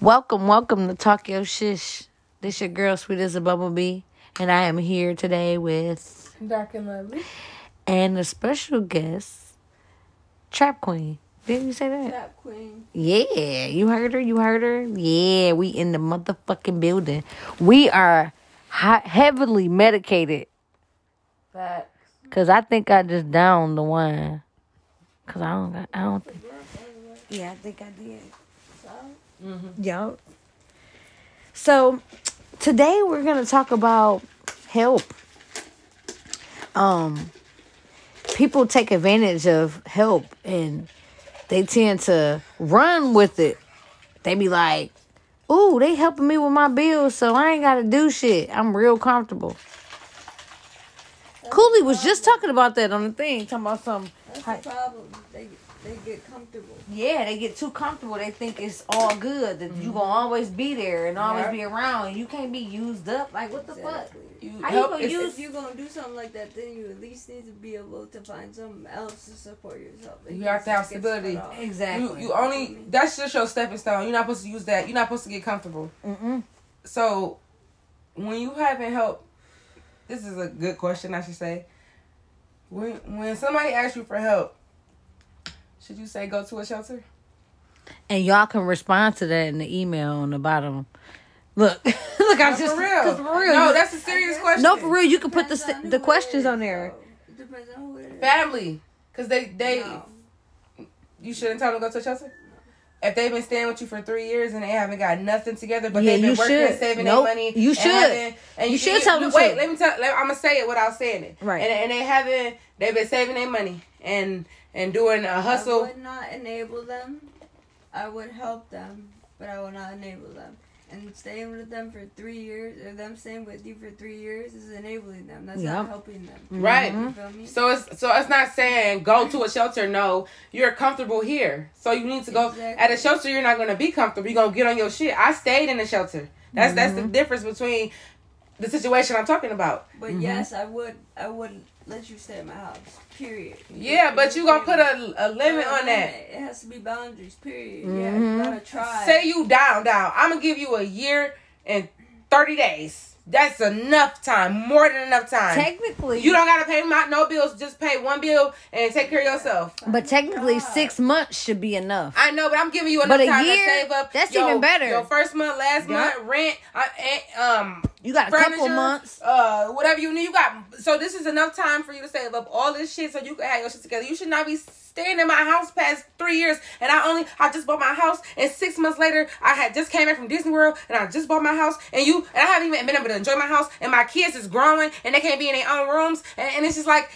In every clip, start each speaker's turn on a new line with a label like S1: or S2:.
S1: Welcome, welcome to Talk Yo Shish. This your girl, sweet as a bumblebee, and I am here today with
S2: Dark and lovely.
S1: and a special guest, Trap Queen. Didn't you say that?
S2: Trap queen.
S1: Yeah, you heard her. You heard her. Yeah, we in the motherfucking building. We are hot, heavily medicated
S2: Facts.
S1: because I think I just downed the wine. Cause I don't. got- I don't. Think, yeah, I think I did. Yup. So today we're gonna talk about help. Um, people take advantage of help and they tend to run with it. They be like, "Ooh, they helping me with my bills, so I ain't gotta do shit. I'm real comfortable." Cooley was just talking about that on the thing, talking about some.
S2: That's
S1: Hi.
S2: the problem. They they get comfortable.
S1: Yeah, they get too comfortable. They think it's all good that you gonna always be there and always
S2: Yep.
S1: be around. You can't be used up. Like what the fuck?
S2: Exactly.
S3: You
S1: How you
S3: help
S1: gonna
S3: is-
S1: use-
S2: If you're gonna do something like that, then you at least need to be able to find something else to support yourself. It
S3: You have to have
S2: gets- gets
S3: stability.
S2: cut off.
S3: You,
S1: Exactly.
S3: you only that's just your stepping stone. You're not supposed to use that. You're not supposed to get comfortable.
S1: Mm-mm.
S3: So when you haven't helped, this is a good question I should say. When when somebody asks you for help, should you say go to a shelter?
S1: And y'all can respond to that in the email on the bottom. Look, look, I
S3: No,
S1: just
S3: for real.
S1: 'cause for real.
S3: No,
S1: you-
S3: that's a serious question.
S1: no, for real. You can put the
S2: Depends on
S1: st-
S2: who
S1: the
S2: it
S1: questions
S2: is,
S1: on there.
S2: though. It Depends on who it is.
S3: Family, because they they
S2: No.
S3: you shouldn't tell them to go to a shelter. If they've been staying with you for three years and they haven't got nothing together, but
S1: Yeah,
S3: they've been
S1: you
S3: working and
S1: should.
S3: saving
S1: Nope.
S3: their money,
S1: You
S3: and
S1: should.
S3: haven't- and
S1: You should tell them
S3: Wait,
S1: to.
S3: let me tell. I'm gonna say it without saying it.
S1: Right.
S3: And, and they haven't. They've been saving their money and and doing a
S2: I
S3: hustle.
S2: would not enable them. I would help them, but I will not enable them. And staying with them for three years, or them staying with you for three years, is enabling them. That's
S1: Yep.
S2: not helping them.
S3: Right.
S2: You feel me?
S3: So it's so it's not saying go to a shelter. No, you're comfortable here, so you need to go
S2: Exactly.
S3: at a shelter. You're not gonna be comfortable. You're gonna get on your shit. I stayed in a shelter. That's that's
S1: Mm-hmm.
S3: the difference between the situation I'm talking about.
S2: but
S1: Mm-hmm.
S2: yes, I would. I would let you stay at my house. Period.
S3: Yeah, but you gonna put a, a limit on that.
S2: It has to be boundaries. Period. Yeah,
S1: Mm-hmm.
S2: you gotta try.
S3: Say you down, down. I'm gonna give you a year and thirty days. That's enough time, more than enough time.
S1: Technically,
S3: you don't gotta pay my no bills. Just pay one bill and take care of yourself.
S1: But technically,
S2: God.
S1: six months should be enough.
S3: I know, but I'm giving you enough
S1: But a
S3: time
S1: year,
S3: to save up.
S1: that's
S3: your-
S1: even better.
S3: Your first month, last
S1: Yeah.
S3: month, rent, uh, and, um,
S1: You got a
S3: furniture,
S1: couple months.
S3: uh, whatever you need. You got so this is enough time for you to save up all this shit so you can have your shit together. You should not be staying in my house past three years. And I only I just bought my house, and six months later I had just came back from Disney World, and I just bought my house, and you and I haven't even been able to enjoy my house, and my kids is growing, and they can't be in their own rooms, and, and it's just like.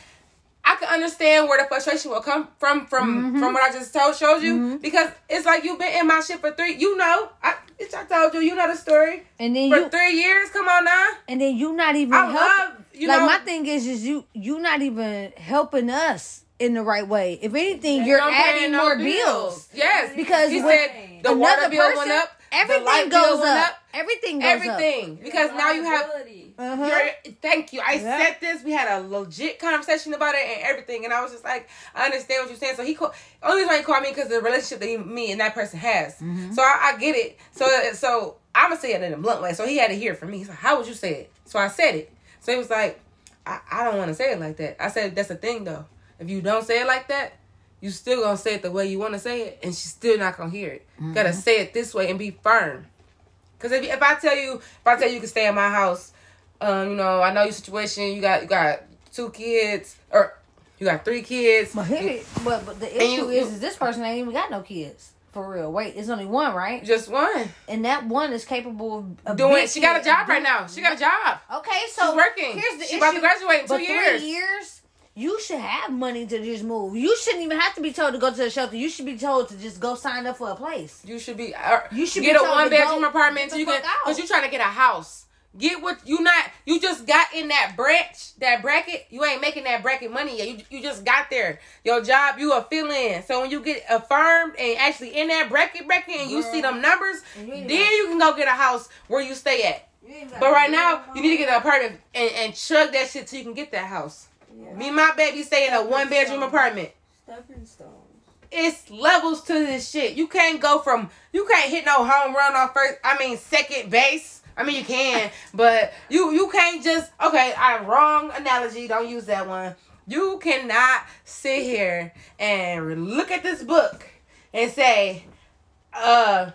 S3: I can understand where the frustration will come from from
S1: Mm-hmm.
S3: from what I just told showed you because it's like you've been in my shit for three. You know, I bitch, I told you, you know the story
S1: And then
S3: for
S1: you,
S3: three years. Come on now.
S1: and then you not even
S3: I
S1: helping.
S3: love you
S1: like
S3: know
S1: my thing is, is you you not even helping us in the right way. If anything, you're
S3: don't pay
S1: adding
S3: no
S1: more bills.
S3: Yes,
S1: Because
S3: he
S1: when
S3: said the water
S1: another
S3: bill
S1: person-
S3: went up,
S1: Everything
S3: the light bill
S1: goes
S3: went
S1: up. Everything goes up.
S3: everything because now you have.
S2: Liability.
S1: Uh-huh.
S3: You're, thank you. I
S1: Yeah.
S3: said this. We had a legit conversation about it and everything, and I was just like, I understand what you're saying. So he called. Only reason why he called me because the relationship that he, me and that person has.
S1: Mm-hmm.
S3: So I, I get it. So so I'm gonna say it in a blunt way. So he had to hear it from me. He's like, how would you say it? So I said it. So he was like, I, I don't want to say it like that. I said that's the thing though. If you don't say it like that, you still gonna say it the way you want to say it, and she's still not gonna hear it. Gotta say it this way and be firm. Cause if if I tell you if I tell you you can stay at my house, um, you know I know your situation. You got you got two kids or you got three kids.
S1: But,
S3: you
S1: here- but, but the
S3: And
S1: issue
S3: you-
S1: is, is this person ain't even got no kids. For real. Wait, it's only one, right?
S3: just one
S1: And that one is capable of, of
S3: doing.
S1: being-
S3: She got a job right now. She got a job.
S1: Okay, so
S3: She's working.
S1: Here's the
S3: She's
S1: issue.
S3: about to graduate in
S1: but
S3: two years.
S1: Three years. You should have money to just move. You shouldn't even have to be told to go to the shelter. You should be told to just go sign up for a place.
S3: You should be. or
S1: You should
S3: get
S1: be
S3: a
S1: told to
S3: one bedroom
S1: go get
S3: apartment
S1: the
S3: so you can
S1: fuck out.
S3: because you're trying to get a house. Get what you not. You just got in that branch, that bracket. You ain't making that bracket money yet. You you just got there. Your job, you a fill in. So when you get affirmed and actually in that bracket bracket, and you
S2: Girl.
S3: see them numbers,
S1: And you ain't
S3: then you can go get a house where you stay at.
S2: You ain't got
S3: But right
S2: no
S3: now, you need to get an
S2: money.
S3: apartment and and chug that shit till you can get that house.
S2: Yeah.
S3: Me and my baby stay in a one bedroom apartment.
S2: Stepping stones.
S3: it's levels to this shit. You can't go from you can't hit no home run on first. I mean second base. I mean you can, but you you can't just okay. I wrong analogy. Don't use that one. You cannot sit here and look at this book and say, uh,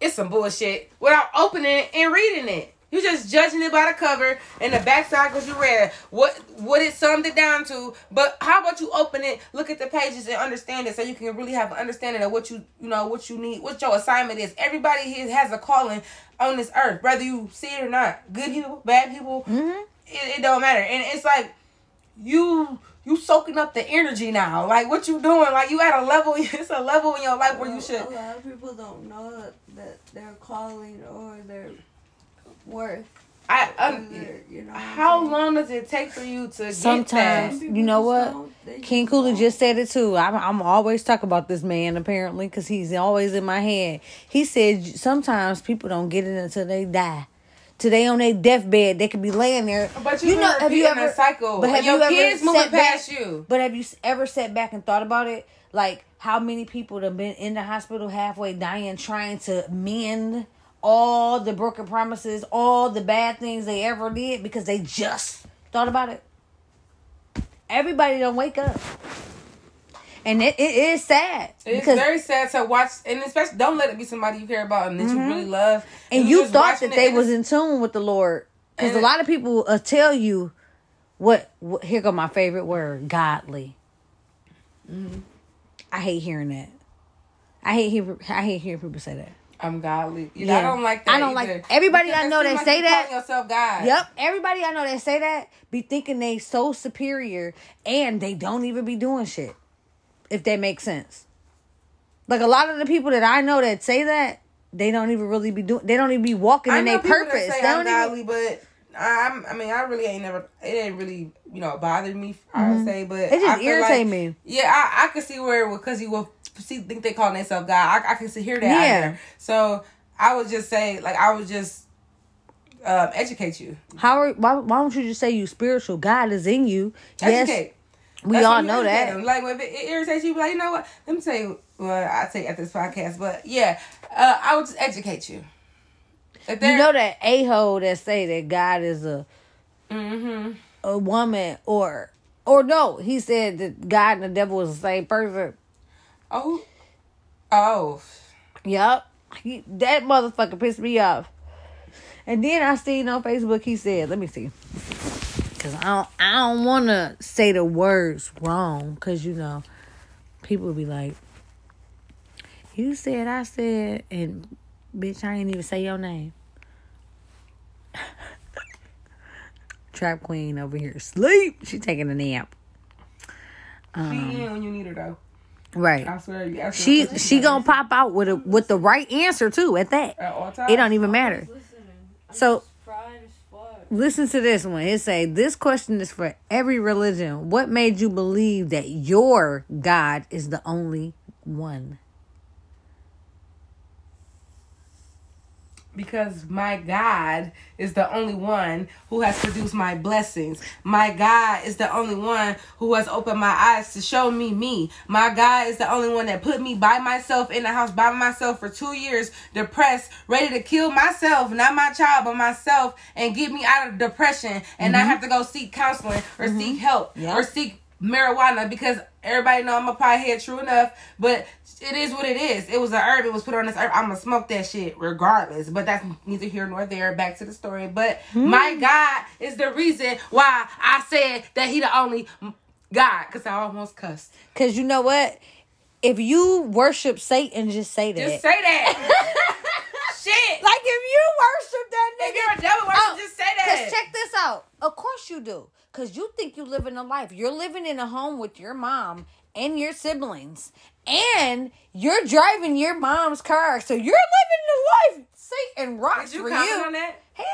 S3: it's some bullshit without opening it and reading it. You just judging it by the cover and the backside because you read what what it summed it down to. But how about you open it, look at the pages and understand it so you can really have an understanding of what you you know what you need, what your assignment is. Everybody here has a calling on this earth, whether you see it or not. Good people, bad people,
S1: Mhm.
S3: it, it don't matter. And it's like you you soaking up the energy now. Like what you doing? Like you at a level. It's a level in your life where you should.
S2: A lot of people don't know that, that their calling or their worth.
S3: I
S2: or
S3: un-
S2: their, you know what I'm
S3: Um, How
S2: saying?
S3: long does it take for you to
S1: Sometimes.
S3: get
S2: Some people
S1: You know
S2: just
S1: what?
S2: don't- they
S1: King Cooley
S2: don't.
S1: just said it too. I'm, I'm always talking about this man apparently because he's always in my head. He said sometimes people don't get it until they die. Today on their deathbed, they could be laying there.
S3: that? But you, know, have you ever a cycle?
S1: But have
S3: and your
S1: you ever
S3: kids
S1: sat
S3: moving
S1: back-
S3: past you?
S1: But have you s- ever sat back and thought about it? Like how many people have been in the hospital halfway dying, trying to mend all the broken promises, all the bad things they ever did because they just thought about it. Everybody don't wake up, and it, it is sad
S3: It's very sad to watch, and especially don't let it be somebody you care about and that you really love.
S1: Mm-hmm. and
S3: you're
S1: you
S3: just
S1: thought
S3: watching
S1: that
S3: it
S1: they
S3: and
S1: was in tune with the Lord, because
S3: and
S1: a
S3: it-
S1: lot of people uh, tell you what, what. Here go my favorite word: godly.
S3: Mm-hmm.
S1: I hate hearing that. I hate hear. I hate hearing people say that.
S3: I'm godly. You know, I
S1: Yeah.
S3: don't like that.
S1: I don't like-
S3: either.
S1: everybody
S3: Because
S1: I
S3: it
S1: know
S3: seems
S1: that
S3: like
S1: say
S3: you
S1: that-
S3: calling yourself God.
S1: Yep, everybody I know that say that be thinking they so superior and they don't even be doing shit. If that makes sense. Like a lot of the people that I know that say that, they don't even really be doing they don't even be walking
S3: I
S1: in
S3: know
S1: their
S3: people
S1: purpose.
S3: That say
S1: They
S3: I'm
S1: don't even
S3: godly, but. I'm, I mean, I really ain't never. It ain't really, you know, bothered me. I would say, but
S1: Mm-hmm. it
S3: I
S1: just
S3: feel like-
S1: irritate me.
S3: Yeah, I, I could see where it would because you will see think they call themselves God. I, I can see hear that. out
S1: Yeah.
S3: there. So I would just say like I would just um, educate you.
S1: How are why why don't you just say you spiritual? God is in you. Yes,
S3: Educate.
S1: we
S3: That's
S1: all
S3: when you
S1: know
S3: educate
S1: that.
S3: them. Like if it, it irritates you, be like you know what? Let me tell you. Well, I tell you at this podcast, but yeah, uh, I would just educate you. If
S1: You know that a hole that say that God is a
S3: Mm-hmm.
S1: a woman or or no, he said that God and the devil is the same person.
S3: Oh. Oh.
S1: Yup. He, that motherfucker pissed me off. And then I seen on Facebook he said, let me see. Cause I don't I don't wanna say the words wrong, cause you know, people be like, You said I said and bitch I ain't even say your name. Trap Queen over here sleep. She taking a nap.
S3: she in when you need her though.
S1: Right.
S3: I swear you. I swear
S1: Um, She
S3: to
S1: she gonna
S3: God.
S1: pop out with a with the right answer too at that.
S3: At all times.
S1: It don't even matter. So-
S2: fried as fuck.
S1: Listen to this one. It say this question is for every religion. What made you believe that your God is the only one?
S3: because my God is the only one who has produced my blessings. My God is the only one who has opened my eyes to show me me. My God is the only one that put me by myself in the house by myself for two years, depressed, ready to kill myself, not my child, but myself, and get me out of depression
S1: Mm-hmm.
S3: and not have to go seek counseling or seek help
S1: Yeah.
S3: or seek marijuana because everybody know I'm a pothead, true enough. But it is what it is. It was a herb. It was put on this herb. I'm gonna smoke that shit regardless. But that's neither here nor there. Back to the story. But my
S1: Mm.
S3: God is the reason why I said that He the only God. Cause I almost cussed.
S1: Cause you know what? If you worship Satan, just say that.
S3: Just say that. shit.
S1: like if you worship that nigga,
S3: If you're a devil worship,
S1: Oh,
S3: just say
S1: Cause
S3: that.
S1: check this out. Of course you do. Cause you think you living a life. You're living in a home with your mom and your siblings, and you're driving your mom's car. So you're living the life. Satan rocks
S3: Did you
S1: for
S3: comment
S1: you.
S3: on that?
S1: Hell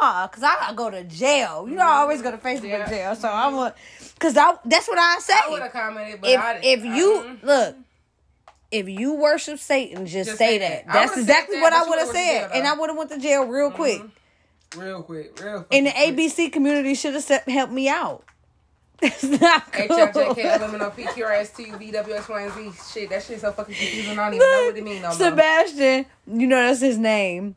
S1: no, cause I gotta go to jail. You know I always go to Facebook
S3: Yeah.
S1: jail, so I'm a, cause I that's what I say.
S3: I would have commented, but
S1: if
S3: I,
S1: if
S3: I-
S1: you
S3: mm,
S1: look, if you worship Satan, just,
S3: Just
S1: say
S3: say
S1: that.
S3: that. I would've
S1: That's
S3: said
S1: exactly
S3: that,
S1: what
S3: but
S1: I
S3: you
S1: would have
S3: would've went to
S1: said,
S3: jail,
S1: and I
S3: though.
S1: would have went to jail real quick.
S3: real quick, real.
S1: And the
S3: fucking quick.
S1: ABC community should have helped me out. It's not cool.
S3: HFJK, aluminum, PQRS2, VWX1Z. Shit, that shit's so fucking confusing. I don't even know what it mean no more.
S1: Sebastian, you know that's his name.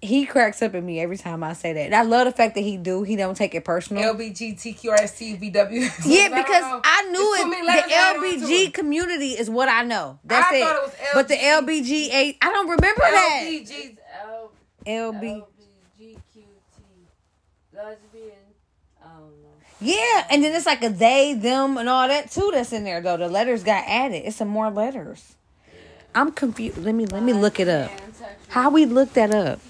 S1: He cracks up at me every time I say that. And I love the fact that he do. He don't take it personal.
S3: LBGTQRSTVW.
S1: yeah,
S3: I don't
S1: because
S3: know.
S1: I
S3: It's too
S1: knew
S3: many
S1: it.
S3: letters
S1: The
S3: added on to
S1: LBG
S3: it.
S1: community is what I know. That's
S3: I
S1: it.
S3: thought it was
S1: but the LBGA, I don't remember that.
S3: LBG.
S2: L-
S1: LB.
S2: LBGQT. Lesbian. I don't know.
S1: Yeah, and then it's like a they, them, and all that too. That's in there though. The letters got added. It's some more letters. I'm confused. Let me let me look it up. How we look that up?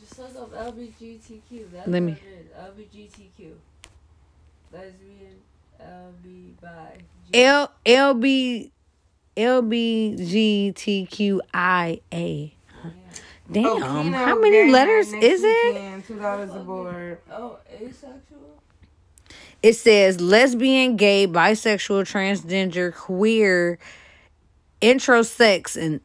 S2: Just look up LBGTQ. That's
S1: Let
S2: Let
S1: me-
S2: me. What it is. LBGTQ. Lesbian. LB by.
S1: L L B L B G T Q I A.
S3: Oh,
S1: Damn, how many letters is it?
S3: Two dollars a board.
S2: Oh, asexual?
S1: It says lesbian, gay, bisexual, transgender, queer, introsex, and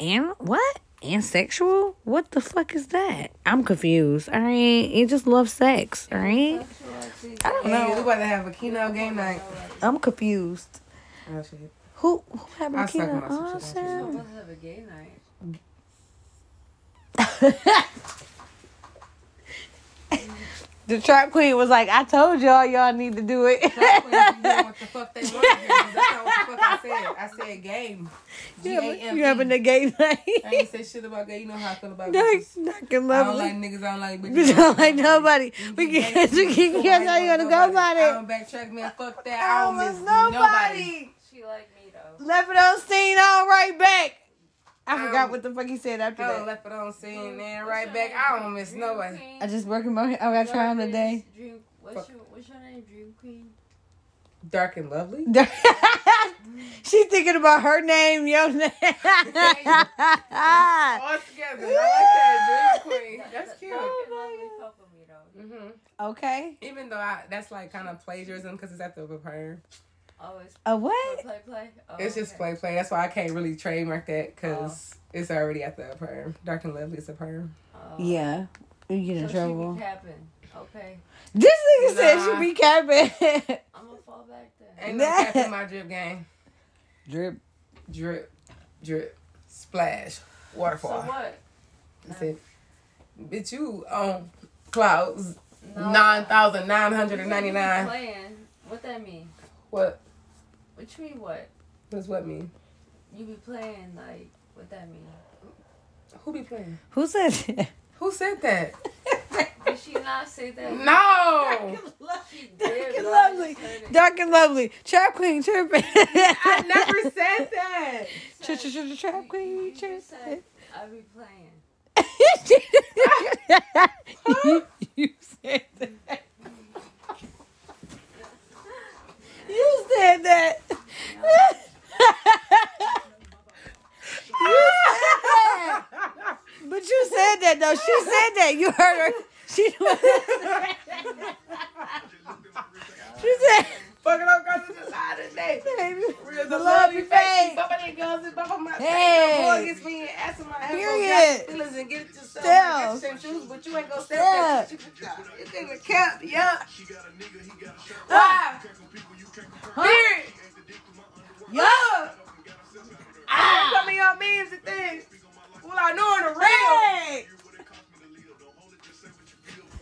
S1: and what? And sexual? What the fuck is that? I'm confused. All right, you just love sex, all right?
S2: Sexual, I think.
S1: I don't
S3: Hey, Oh, we
S1: know.
S3: about to have a keynote game night.
S1: I'm confused.
S3: Oh shit.
S1: Who who had
S3: I was talking
S1: Burkina
S3: about some shit on
S1: Faso?
S2: I'm supposed to have a gay night.
S1: The trap queen was like, "I told y'all, y'all need to do it."
S3: Stop playing with them, what the fuck they want to do. That's not what the fuck I said. I said game. G A M. E.
S1: you having a gay
S3: I
S1: night?
S3: ain't say shit about gay. You know how I feel about
S1: Like,
S3: bitches.
S1: fucking
S3: I don't
S1: lovely.
S3: like niggas. I don't like bitches.
S1: You don't
S3: E.
S1: like nobody.
S3: You
S1: We
S3: get
S1: can't.
S3: gay,
S1: We
S3: cool,
S1: can't.
S3: I
S1: That's
S3: ain't
S1: how you
S3: with
S1: gonna go
S3: nobody.
S1: about
S3: I
S1: it.
S3: don't backtrack, man. Fuck that. I
S1: I
S3: don't
S1: almost
S3: miss nobody.
S1: nobody.
S2: She liked me though.
S1: Left it on scene. All right back. I
S3: Um, oh,
S1: forgot what the fuck he said after
S3: I don't
S1: that.
S3: left it on
S2: Um,
S3: scene, man. Right back. I don't miss
S2: Dream
S3: nobody.
S2: Queen,
S1: I just working my. oh, I got trying
S2: Darkest
S1: today.
S2: Dream, what's, your, what's your name? Dream Queen?
S3: Dark and lovely.
S1: she thinking about her name, your name.
S3: All together. I like that dream queen. That's cute.
S2: Oh my God.
S3: hmm
S1: okay.
S3: Even though I, that's like kind of plagiarism because it's after a poem.
S2: Always
S1: A
S2: play,
S1: what?
S2: play, play. Oh,
S3: It's just
S2: okay.
S3: play play. That's why I can't really trademark that because it's already after a poem. Dark and lovely is a poem.
S2: Oh.
S1: Yeah. You get in
S2: So she
S1: trouble.
S2: recapping. Okay.
S1: This nigga
S3: Nah.
S1: said she recapping.
S2: I'm gonna fall back then.
S3: Ain't no cap in my drip game.
S1: Drip.
S3: Drip, drip, splash,
S2: So
S3: waterfall.
S2: what?
S3: That's it. Bitch, you on clouds
S2: No.
S3: nine thousand nine
S2: You
S3: hundred
S2: can't
S3: and
S2: be
S3: ninety nine.
S2: Playing. What that mean?
S3: What
S2: What you mean what?
S3: does what mean?
S2: You be playing like what that mean?
S3: Who be playing?
S1: Who said that?
S3: Who said that?
S2: Did she not say that?
S3: No.
S2: She
S1: Dark
S2: did,
S1: and
S2: but I
S1: lovely.
S2: just heard it.
S1: Dark and lovely. Trap queen chirping.
S3: I never said that.
S1: Ch- ch- ch- Trap
S2: You-
S1: queen
S2: you just
S1: chirping.
S2: said, I be playing.
S1: you, you said that. You said that. you said that. But you said that though. She said that. You heard her. She, she said,
S3: Fucking up, girls, it's just hot today.
S1: baby.
S3: Real
S1: The
S3: the
S1: love
S3: love
S1: you
S3: you
S1: fake.
S3: face. Bubba that goes and bubba my
S1: Hey.
S3: hey. boy gets me and ass in my ass.
S1: Period.
S3: Got your feelings and get it yourself.
S1: Sell.
S3: Sell. Get the same shoes, but you ain't gonna sell
S1: Yeah.
S3: that shit. You- This nigga kept, yup. Ah. Period. Love. Ah. Put me on memes and things. Well, I know in the real.
S1: Hey.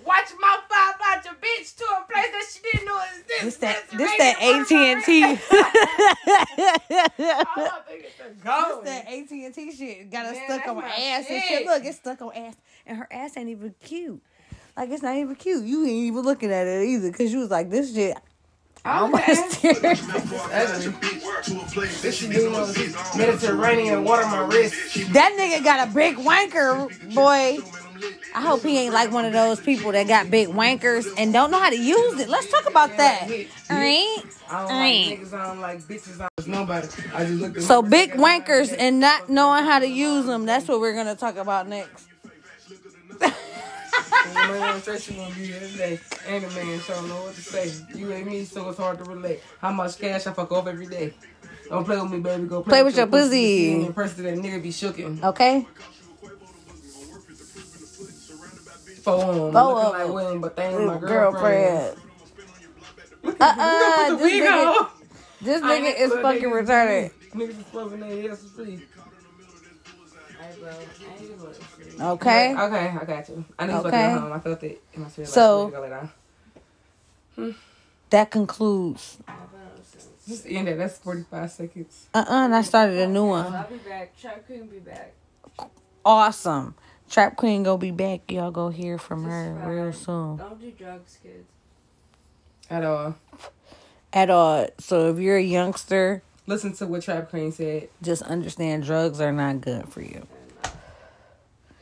S3: Watch my five out your bitch to a place that she didn't know existed.
S1: This that
S3: That's
S1: this
S3: right
S1: that
S3: in
S1: AT
S3: front of
S1: and T.
S3: her.
S1: This
S3: I think it's a goal.
S1: that AT and T shit got us
S3: Man,
S1: stuck
S3: that's
S1: on
S3: my
S1: ass and shit.
S3: shit.
S1: Look, it's stuck on ass, and her ass ain't even cute. Like it's not even cute. You ain't even looking at it either, cause you was like this shit. I'm
S4: This
S3: She do those Mediterranean water my wrist.
S1: that nigga got a big wanker, boy. I hope he ain't like one of those people that got big wankers and don't know how to use it. Let's talk about that. Alright?
S3: I don't
S1: Right.
S3: like niggas. I don't like bitches. I don't nobody. I just looked at
S1: So
S3: her
S1: big
S3: and I
S1: wankers
S3: said,
S1: and not knowing how to use them. That's what we're gonna talk about next.
S3: "Fucking Man, straight you gonna be here today. And a man, so I don't know what to say. You ain't me, so it's hard to relate. How much cash I fuck off every day. Don't play with me, baby. Go play,
S1: Play with your pussy.
S3: And your pussy that nigga be shookin'.
S1: Okay?
S3: four of them.
S1: Four of
S3: looking like
S1: them.
S3: William, but they ain't my
S1: Girlfriend.
S3: girlfriend.
S1: Uh uh
S3: Put the
S1: this
S3: wig
S1: nigga,
S3: on.
S1: Uh-uh, this
S3: I ain't
S1: nigga is
S3: put
S1: fucking
S3: niggas-
S1: retarded.
S3: Niggas is fucking their ass free.
S1: Okay.
S3: Okay, I got you. I knew you was about to
S1: Okay.
S3: go home. I felt it in my spirit.
S1: So-
S3: like, go lay down.
S1: That concludes.
S3: just end it. That's forty five seconds.
S1: Uh uh and I started a new one.
S2: I'll be back. Chuck couldn't be back.
S1: Awesome. Trap Queen gonna be back. Y'all go hear from
S2: This
S1: her
S2: is fine.
S1: real soon.
S2: Don't do drugs, kids.
S3: At all.
S1: At all. So if you're a youngster,
S3: Listen to what Trap Queen said.
S1: just understand drugs are not good for you.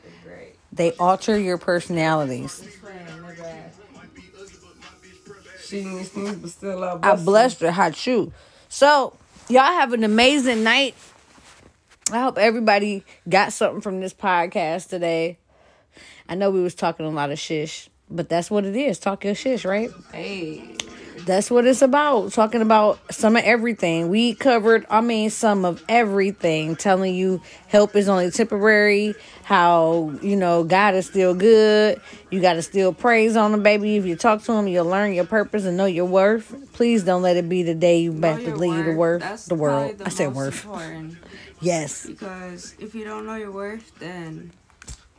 S2: They're great.
S1: They alter your personalities.
S2: Just playing. They're bad.
S3: She didn't sneeze, but still love.
S1: I blessed her hot shoe. So y'all have an amazing night. I hope everybody got something from this podcast today. I know we was talking a lot of shish, but that's what it is. Talk your shish, right?
S3: Hey,
S1: That's what it's about. Talking about some of everything. We covered, I mean, some of everything. Telling you help is only temporary. How, you know, God is still good. You got to still praise on him, baby. If you talk to him, you'll learn your purpose and know your worth. Please don't let it be the day you
S2: Know
S1: about to
S2: your
S1: leave the,
S2: worth.
S1: worth,
S2: That's
S1: the
S2: probably
S1: world.
S2: the
S1: I said
S2: most
S1: worth.
S2: important.
S1: Yes.
S2: Because if you don't know your worth, then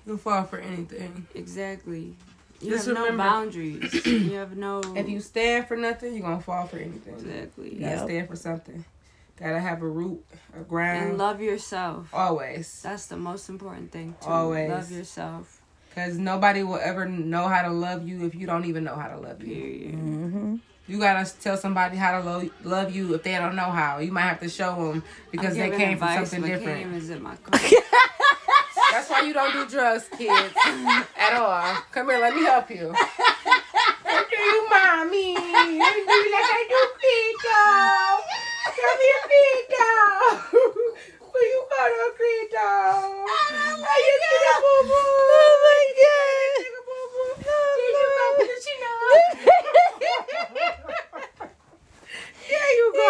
S3: you'll fall for anything.
S2: exactly. You
S3: Just
S2: have
S3: remember-
S2: no boundaries. you have no.
S3: If you stand for nothing, you're gonna fall for anything.
S2: exactly.
S3: You gotta
S1: Yep.
S3: stand for something. Gotta have a root, a
S2: And
S3: ground.
S2: love yourself.
S3: Always.
S2: That's the most important thing. Too.
S3: Always.
S2: Love yourself.
S3: Because nobody will ever know how to love you if you don't even know how to love you.
S2: Period.
S1: Mm-hmm.
S3: You gotta tell somebody how to lo- love you if they don't know how. You might have to show them because they
S2: giving
S3: came from
S2: advice,
S3: something
S2: but
S3: different.
S2: Cam is in my car.
S3: That's why you don't do drugs, kids, at all. Come here, let me help you. Thank you, mommy. Let me do you like I do, Pico. Come here, Pico. Will you call her Pico? Are you gonna boo boo? Oh my god. Oh, Boo boo. Did you go? Did she know? There you go.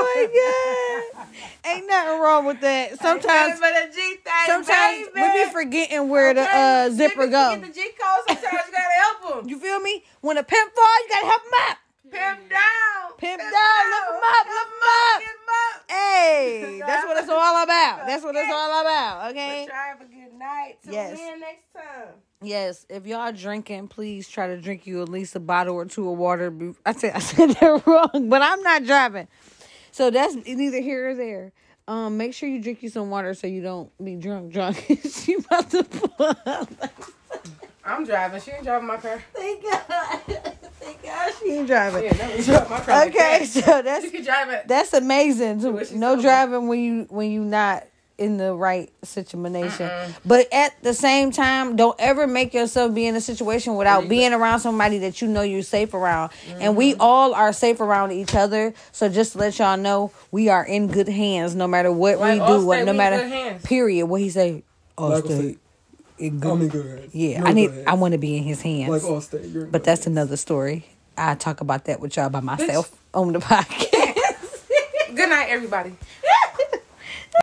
S1: Oh my God. Ain't nothing wrong with that. Sometimes,
S3: but a G thing,
S1: sometimes we be forgetting where the uh, zipper
S3: go.
S1: goes.
S3: Get the G code. Sometimes you gotta help them.
S1: You feel me? When a pimp fall, you gotta help him up.
S3: Pimp down.
S1: Pimp down, lift him up, lift him up.
S3: Get him up.
S1: Hey, that's what it's all about. That's what it's all about. Okay.
S3: But y'all have a good night. Till
S1: Yes.
S3: we in next time.
S1: Yes. If y'all drinking, please try to drink you at least a bottle or two of water. be- I said I said that wrong, but I'm not driving, so that's neither here or there. Um, make sure you drink you some water so you don't be drunk. Drunk. she about to pull up.
S3: I'm driving. She ain't driving my car.
S1: Thank God. Thank God she ain't driving.
S3: Yeah, no, you drive my car. like
S1: Okay,
S3: that.
S1: so that's
S3: You can drive it.
S1: That's amazing. to-
S3: What she
S1: no
S3: said.
S1: driving when you when you not in the right situation. But at the same time, don't ever make yourself be in a situation without being around somebody that you know you're safe around. And
S3: Mm-hmm.
S1: we all are safe around each other. So just to let y'all know, we are in good hands no matter what
S3: Like,
S1: we do,
S3: Allstate,
S1: what
S3: we
S1: no
S3: in
S1: matter
S3: good hands.
S1: period. What he say? Allstate.
S4: Like Allstate.
S1: In
S4: I'm
S1: good,
S4: in Oh, good hands.
S1: Mm-hmm. yeah,
S4: You're
S1: I
S4: in
S1: need.
S4: good hands.
S1: I want to be in his hands.
S4: Like Allstate, you're in
S1: but
S4: good
S1: that's
S4: hands.
S1: another story. I talk about that with y'all by myself on the podcast.
S3: Good night, everybody.